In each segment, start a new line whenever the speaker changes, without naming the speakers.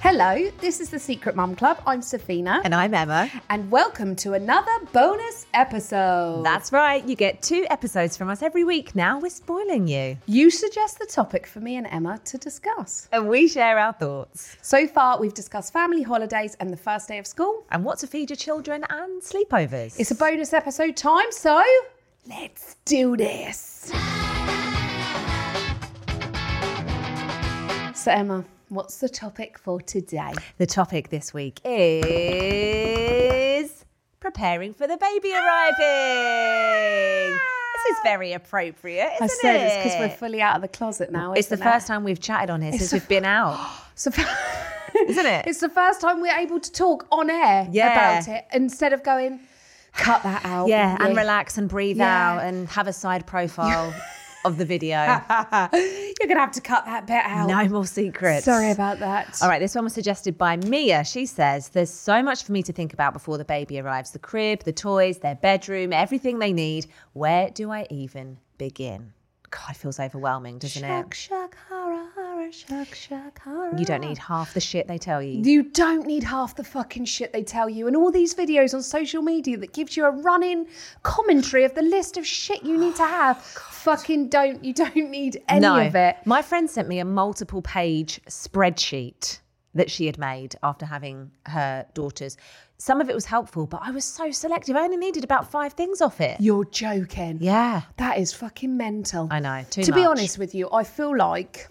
Hello, this is the Secret Mum Club. I'm Safina.
And I'm Emma.
And welcome to another bonus episode.
That's right. You get two episodes from us every week. Now we're spoiling you.
You suggest the topic for me and Emma to discuss.
And we share our thoughts
So far, we've discussed family holidays and the first day of school.
and what to feed your children and sleepovers.
It's a bonus episode time, so let's do this. So, Emma, what's the topic for today?
the topic this week is preparing for the baby arriving. This is very appropriate, isn't
I said
it?
it's because we're fully out of the closet now.
It's the
isn't it?
first time we've chatted on here since
the
we've been out.
So,
Isn't it?
It's the first time we're able to talk on air
Yeah.
about it instead of going, cut that out.
Yeah,
will
and
you?"
relax and breathe
Yeah.
out and have a side profile of the video.
You're going to have to cut that bit out.
No more secrets.
Sorry about that.
All right, this one was suggested by Mia. She says, There's so much for me to think about before the baby arrives the crib, the toys, their bedroom, everything they need. Where do I even begin? God, it feels overwhelming, doesn't
Shuck,
it?
shuck, hara, hara, shuck, shuck, hara.
You don't need half the shit they tell you.
You don't need half the fucking shit they tell you, and all these videos on social media that gives you a running commentary of the list of shit you need to have. fucking don't. You don't need any
no.
of it.
My friend sent me a multiple page spreadsheet that she had made after having her daughters. Some of it was helpful, but I was so selective. I only needed about five things off it.
You're joking.
Yeah.
That is fucking mental.
I know, too
to be
much.
honest with you, I feel like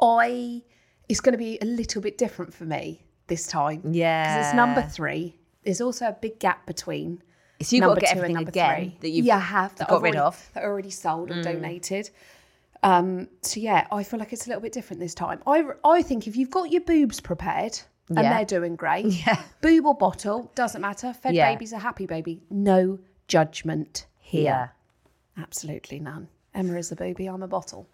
I it's going to be a little bit different for me this time. because it's number
Yeah.
three. There's also a big gap between
So you've got
number
to get
two and
everything
number
again
three.
that you've
yeah, I have that
got
I've
rid
already-
of. Mm.
that are already sold or donated. Um, so yeah, I feel like it's a little bit different this time. I I think if you've got your boobs prepared. And
Yeah.
they're doing great. Yeah. Boob or bottle, doesn't matter. Fed
Yeah.
babies are happy baby. No judgment
here.
Absolutely none. Emma is a baby, I'm a bottle.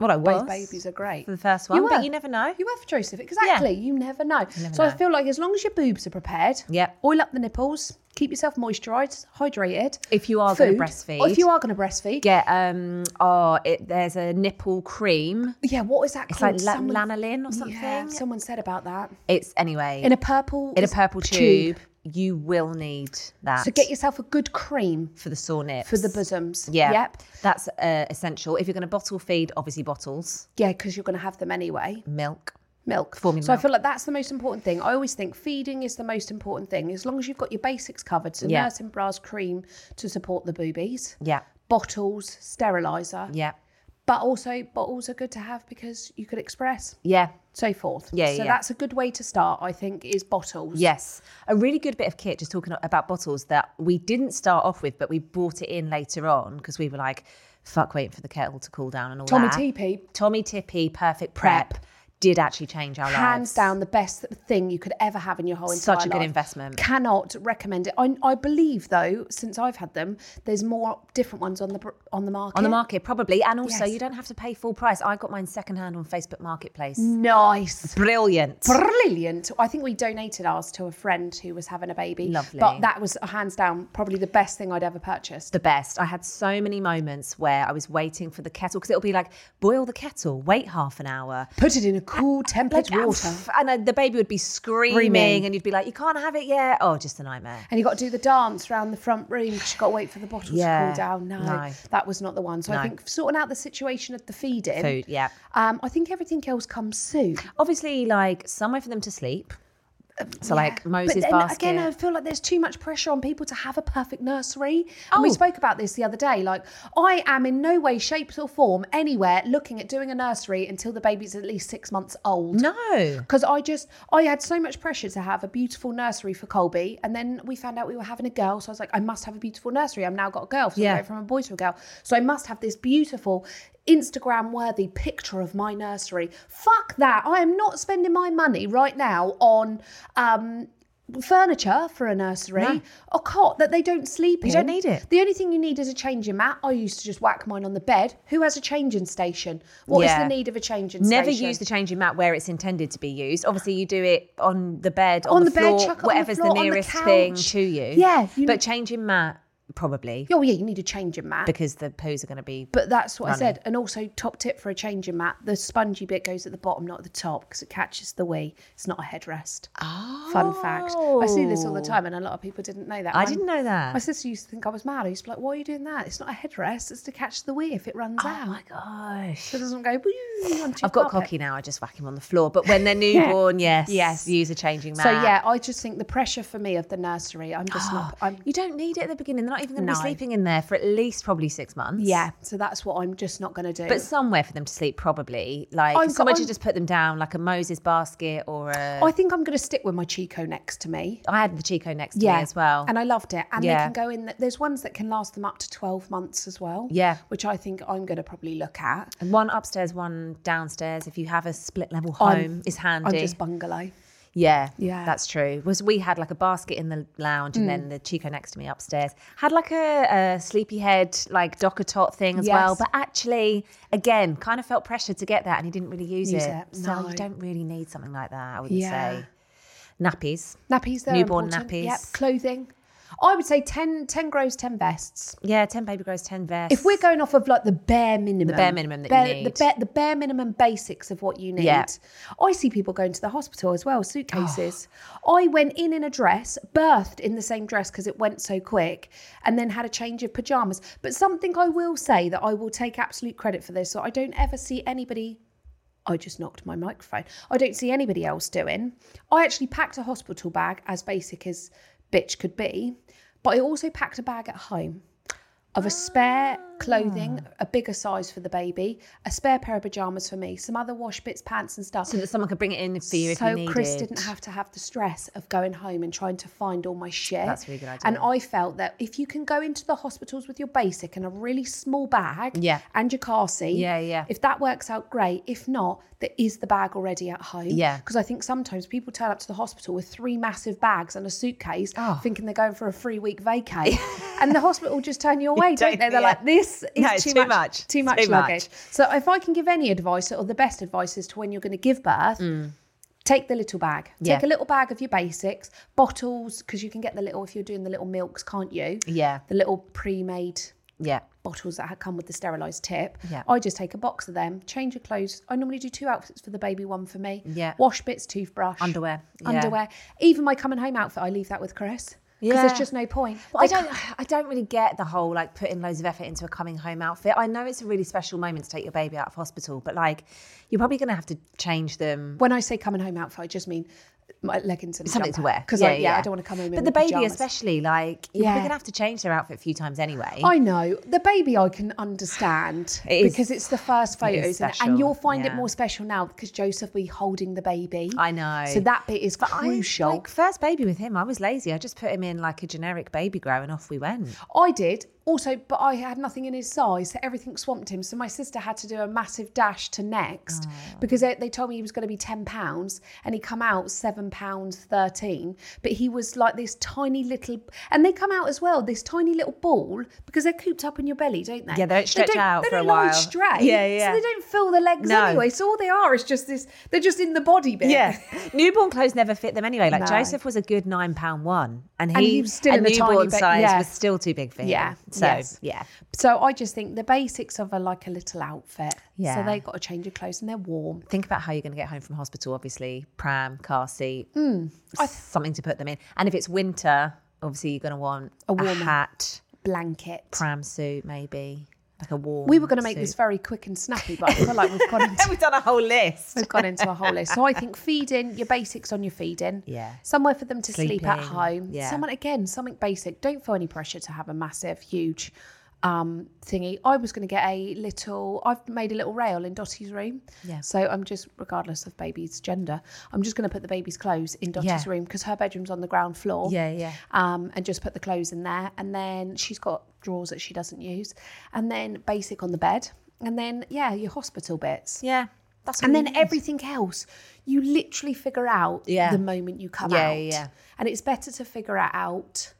Well, I was.
Both babies are great.
for the first one, but you never know.
You were for Joseph, exactly. You never know. so I feel like as long as your boobs are prepared,
Yep.
oil up the nipples, keep yourself moisturised, hydrated.
If you are gonna
Food.
breastfeed.
Or if you are going to breastfeed.
Get um oh it, there's a nipple cream.
Yeah, what is that
It's
called?
like la- lanolin or something.
Yeah, someone said about that.
It's anyway
In a purple
in a purple tube. You will need that.
So get yourself a good cream
for the sore nips
for the bosoms.
Yeah,
Yep.
that's uh, essential. If you're going to bottle feed, obviously bottles,
Yeah, because you're going to have them anyway.
milk.
milk
Formula
So I
milk.
feel like that's the most important thing. I always think feeding is the most important thing. As long as you've got your basics covered, so
Yeah.
nursing bras, cream to support the boobies,
Yeah,
bottles, sterilizer,
yeah,
but also bottles are good to have because you could express
yeah.
so forth.
Yeah,
so
yeah.
that's a good way to start. I think is bottles.
Yes, a really good bit of kit. Just talking about bottles that we didn't start off with, but we brought it in later on because we were like, "Fuck, waiting for the kettle to cool down and all
Tommy
that."
Teepee,
Tommy Tippy, perfect prep,
Prep.
did actually change our
hands
lives.
down the best thing you could ever have in your whole entire
Such a good
life.
investment.
Cannot recommend it. I, I believe though, since I've had them, there's more different ones on the br- on the market.
On the market, probably. And also,
Yes.
you don't have to pay full price. I got mine secondhand on Facebook Marketplace.
Mm. Nice.
Brilliant.
Brilliant. I think we donated ours to a friend who was having a baby.
Lovely.
But that was uh, hands down probably the best thing I'd ever purchased.
the best. I had so many moments where I was waiting for the kettle because it'll be like, boil the kettle, wait half an hour.
Put it in a cool tempered
Like,
water.
and uh, the baby would be screaming,
Screaming.
and you'd be like, "You can't have it yet." Oh, just a nightmare.
And you got to do the dance round the front room because you got to wait for the bottle to
Yeah.
cool down. No,
No.
that was not the one. So
No.
I think sorting out the situation of the feeding.
Food, yeah.
Um, I think everything else comes soon.
Obviously, like somewhere for them to sleep. So, like Moses'
but then
basket.
again, I feel like there's too much pressure on people to have a perfect nursery. And we
Oh.
spoke about this the other day. Like, I am in no way, shape, or form anywhere looking at doing a nursery until the baby's at least six months old.
no.
Because I just, I had so much pressure to have a beautiful nursery for Colby. And then we found out we were having a girl. So I was like, I must have a beautiful nursery. I've now got a girl. So
Yeah.
I'm going from a boy to a girl. So I must have this beautiful Instagram worthy picture of my nursery. Fuck that. I am not spending my money right now on, um, Furniture for a nursery, a cot that they don't sleep in.
You don't need it.
The only thing you need is a changing mat. I used to just whack mine on the bed. Who has a changing station? What is
Yeah.
the need of a changing
Never
station?
use the changing mat where it's intended to be used. Obviously, you do it on the bed, on,
On the bed,
floor,
chuck it on the
whatever's
floor, on the
nearest thing
couch.
to you.
Yeah, you
but
need-
changing mat probably
Oh yeah, you need a changing mat.
because the poos are going to be.
but that's what I said. And also, top tip for a changing mat: the spongy bit goes at the bottom, not at the top, because it catches the wee. It's not a headrest. Fun fact. I see this all the
Oh.
time, and a lot of people didn't know that.
I
My-
didn't know that.
My sister used to think I was mad. I used to be like, "Why are you doing that? It's not a headrest. It's to catch the wee if it runs out.
oh my gosh.
So it doesn't go." "Wee" onto your
I've got
carpet.
cocky now. I just whack him on the floor. But when they're newborn, yes,
Yes.
use a changing mat.
So yeah, I just think the pressure for me of the nursery. I'm just not. I'm
you don't need it at the beginning. They're not even going to
No.
be sleeping in there for at least probably six months.
yeah. So that's what I'm just not going to do.
But somewhere for them to sleep, probably like
I've got-
somewhere to
I'm-
just put them down, like a Moses basket or a.
I think I'm going to stick with my Chico next to me.
I had the Chico next to me as well.
And I loved it. And
Yeah.
they can go in. th- There's ones that can last them up to 12 months as well.
Yeah.
Which I think I'm going to probably look at.
And one upstairs, one downstairs. If you have a split level
I'm-
home, is handy.
I'm just bungalow.
yeah,
Yeah. Mm.
that's true. Was we had like a basket in the lounge, and then the Chico next to me upstairs had like a, a sleepyhead like docker tot thing as well.
Yes.
But actually, again, kind of felt pressure to get that, and he didn't really use,
Use it,
So
no.
you don't really need something like that. I wouldn't
Yeah.
say nappies.
Nappies, there.
Newborn
important. Yep.
nappies.
Clothing. I would say 10, 10 grows, 10 vests.
Yeah, ten baby grows, ten vests.
If we're going off of like the bare minimum,
bare minimum that you need.
the bare, the bare minimum basics of what you need.
Yeah.
I see people going to the hospital as well, suitcases.
Oh.
I went in in a dress, birthed in the same dress because it went so quick, and then had a change of pajamas. But something I will say that I will take absolute credit for this, so I don't ever see anybody. I just knocked my microphone. I don't see anybody else doing. I actually packed a hospital bag as basic as bitch could be, but I also packed a bag at home of a spare clothing, a bigger size for the baby, a spare pair of pajamas for me, some other wash bits, pants and stuff.
so that someone could bring it in for you if
So
you needed.
Chris didn't have to have the stress of going home and trying to find all my shit.
That's a really good idea.
And I felt that if you can go into the hospitals with your basic and a really small bag
Yeah.
and your car seat,
Yeah, yeah.
if that works out, great. If not, there is the bag already at home.
Yeah.
Because I think sometimes people turn up to the hospital with three massive bags and a suitcase
Oh.
thinking they're going for a three week vacay. and the hospital just turn you away, don't,
don't-
they? They're
yeah.
like, this is
No, it's
too,
too
much,
much.
Too
It's
much
too much.
luggage. So if I can give any advice or the best advice as to when you're going to give birth, take the little bag.
Yeah.
Take a little bag of your basics, bottles, because you can get the little, if you're doing the little milks, can't you?
Yeah.
The little pre made
Yeah.
bottles that ha- come with the sterilised tip.
Yeah.
I just take a box of them, change your clothes. I normally do two outfits for the baby, one for me.
Yeah.
Wash bits, toothbrush.
Underwear. Yeah.
Underwear. Even my coming home outfit, I leave that with Chris. Because
Yeah.
there's just no point.
Well, I
They
don't. I don't really get the whole like putting loads of effort into a coming home outfit. I know it's a really special moment to take your baby out of hospital, but like you're probably going to have to change them.
When I say coming home outfit, I just mean my leggings and a
Something to
jumper.
wear
'Cause I, yeah, I don't want to come home.
But
in
the baby,
pajamas.
especially, like you're probably
Yeah. Oh,
going to have to change their outfit a few times anyway.
I know the baby. I can understand
It is-
because it's the first
it is
photos, and,
special,
and you'll find it
yeah.
more special now because Joseph will be holding the baby.
I know.
So that bit is
I-
crucial.
like first baby with him, I was lazy. I just put him in like a generic baby grow, and off we went.
I did also, but I had nothing in his size, so everything swamped him. So my sister had to do a massive dash to
Oh.
next because they, they told me he was going to be ten pounds, and he come out seven pounds thirteen. But he was like this tiny little, and they come out as well this tiny little ball because they're cooped up in your belly, don't they?
Yeah, they don't stretch
don't-
out
they
for a
don't lie
while.
Straight,
Yeah, yeah.
So they don't fill the legs
No.
anyway. So all they are is just this. They're just in the body bit.
newborn clothes never fit them anyway. Like
No.
Joseph was a good nine pound one, and he,
And he was still
a
in the tiny
newborn
bit-
size
yeah.
was still too big for him.
Yeah.
So,
Yes.
yeah.
So I just think the basics of a like a little outfit.
Yeah.
So they got a change of clothes and they're warm.
Think about how you're going to get home from hospital, obviously. Pram, car seat,
Hmm.
something to put them in. And if it's winter, obviously you're going to want a, warm hat,
Blanket.
pram suit, maybe, like a warm
We were going to make
suit.
this very quick and snappy, but I feel like we've gone into
We've done a whole list.
We've gone into a whole list. So I think feeding your basics on your feeding.
Yeah.
Somewhere for them to sleep at
Sleeping.
home.
Yeah.
Someone again, something basic. Don't feel any pressure to have a massive, huge um thingy. I was going to get a little. I've made a little rail in Dottie's room.
Yeah.
So I'm just, regardless of baby's gender, I'm just going to put the baby's clothes in Dottie's
Yeah.
room because her bedroom's on the ground floor.
Yeah, yeah.
Um, and just put the clothes in there, and then she's got drawers that she doesn't use, and then basic on the bed, and then yeah, your hospital bits
Yeah. That's
and then e everything else you literally figure out
Yeah.
the moment you come
Yeah,
out
yeah, yeah.
and it's better to figure it out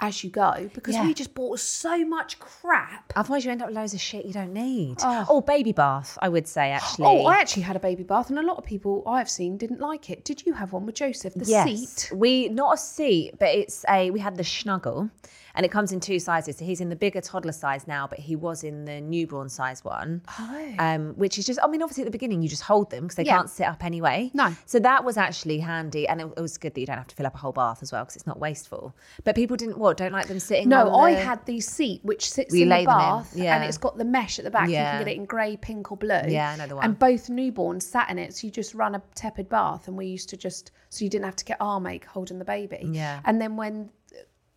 as you go because
Yeah.
we just bought so much crap
Otherwise, you end up with loads of shit you don't need.
Oh.
Or baby bath, I would say, actually.
oh i actually had a baby bath and a lot of people i've seen didn't like it did you have one with joseph the seat
We not a seat, but it's a we had the snuggle, and it comes in two sizes. So he's in the bigger toddler size now, but he was in the newborn size one.
Oh.
Um, which is just I mean, obviously at the beginning you just hold them because they
Yeah.
can't sit up anyway.
No.
So that was actually handy, and it, it was good that you don't have to fill up a whole bath as well because it's not wasteful. But people didn't what don't like them sitting.
no,
on
I
the-
had the seat which sits
Where you
in the
lay them in,
bath
yeah.
and it's got the mesh at the back. You
Yeah.
can get it in grey, pink, or blue.
Yeah, I know the one.
And both newborns sat in it. So you just run a tepid bath, and we used to just, so you didn't have to get arm ache holding the baby.
Yeah.
And then when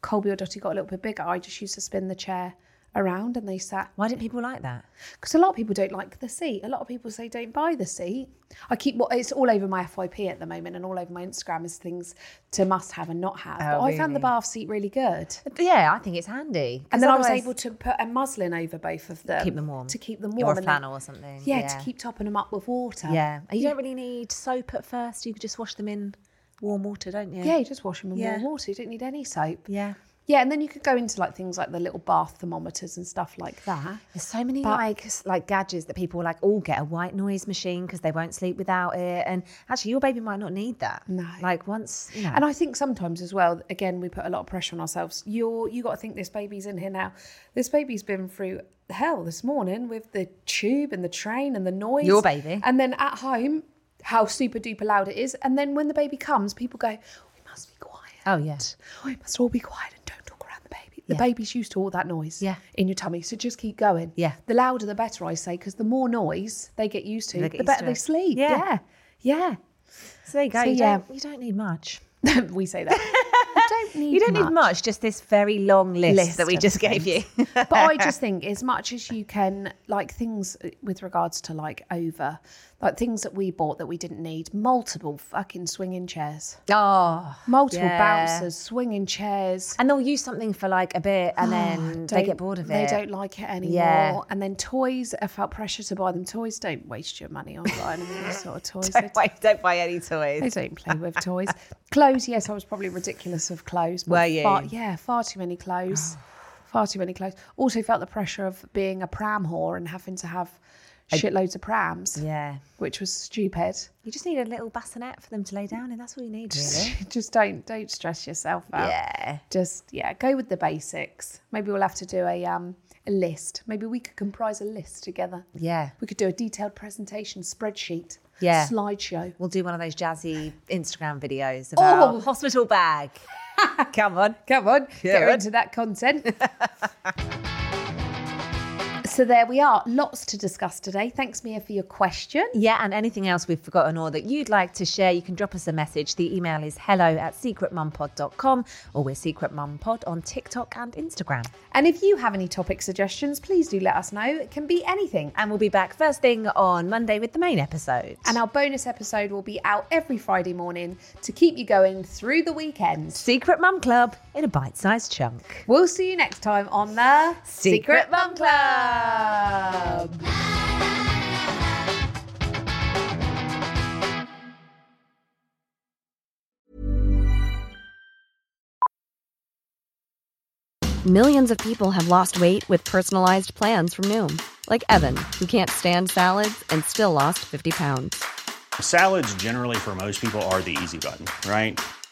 Colby or Dottie got a little bit bigger, I just used to spin the chair around and they sat.
Why didn't people like that?
Because a lot of people don't like the seat. A lot of people say don't buy the seat. I keep what it's all over my FYP at the moment and all over my Instagram is things to must have and not have. but
Oh,
I found the
really?
bath seat really good.
But yeah, I think it's handy. 'cause
And then I was
otherwise-
able to put a muslin over both of them.
keep them warm
To keep them
or
warm.
a
and then-
flannel or something.
yeah, to keep topping them up with water.
Yeah, and Um, you don't really need soap at first. You could just wash them in warm water, don't you?
Yeah, you just wash them in
Yeah.
warm water. You don't need any soap.
yeah.
Yeah, and then you could go into like things like the little bath thermometers and stuff like that.
There's so many
But-
like s- like gadgets that people like. All get a white noise machine because they won't sleep without it. And actually, your baby might not need that.
No.
like once. You know,
And I think sometimes as well, again, we put a lot of pressure on ourselves. You're you got to think this baby's in here now. This baby's been through hell this morning with the tube and the train and the noise.
Your baby.
And then at home, how super duper loud it is. And then when the baby comes, people go, We must be quiet.
oh yeah,
Oh, you must all be quiet and don't talk around the baby. The
Yeah.
baby's used to all that noise
Yeah.
in your tummy, so just keep going.
Yeah.
The louder the better, I say, because the more noise they get used to,
They get
the
used
better
to
they
it.
sleep.
Yeah.
Yeah.
so there you go.
So,
you
yeah.
don't, you don't need much.
yeah. we say that. I don't need
You don't need much. Just this very long list,
List
that we
of
just gave you.
but I just think as much as you can, like things with regards to like over, like things that we bought that we didn't need, multiple fucking swinging chairs,
oh,
multiple
Yeah.
bouncers, swinging chairs. Ah,
and they'll use something for like a bit, and then Ah, they
don't-
get bored of it.
They don't like it anymore.
Yeah.
And then toys, I felt pressure to buy them toys. Don't waste your money on buying them these sort of toys.
Don't
they,
buy, don't buy any toys.
they don't play with toys. Clothes, yes, I was probably ridiculous of clothes. But
Were you?
Far, yeah, far too many clothes. far too many clothes. Also felt the pressure of being a pram whore and having to have shitloads of prams,
Yeah.
which was stupid.
You just need a little bassinet for them to lay down in. That's all you need, really.
Just don't don't stress yourself out.
yeah.
Just yeah, go with the basics. Maybe we'll have to do a um a list. Maybe we could comprise a list together.
Yeah.
We could do a detailed presentation spreadsheet.
Yeah.
Slideshow.
We'll do one of those jazzy Instagram videos of our Oh, hospital bag. Come on.
Come on, get
Good.
into that content. so there we are. Lots to discuss today. Thanks, Mia, for your question.
Yeah, and anything else we've forgotten or that you'd like to share, you can drop us a message. The email is hello at secretmumpod.com or we're Secret Mum Pod on TikTok and Instagram.
And if you have any topic suggestions, please do let us know. It can be anything.
And we'll be back first thing on Monday with the main episode.
And our bonus episode will be out every Friday morning to keep you going through the weekend.
Secret Mum Club in a bite sized chunk.
We'll see you next time on the
Secret
Mum Club.
Millions of people have lost weight with personalized plans from Noom, like Evan, who can't stand salads and still lost 50 pounds.
Salads, generally, for most people, are the easy button, right?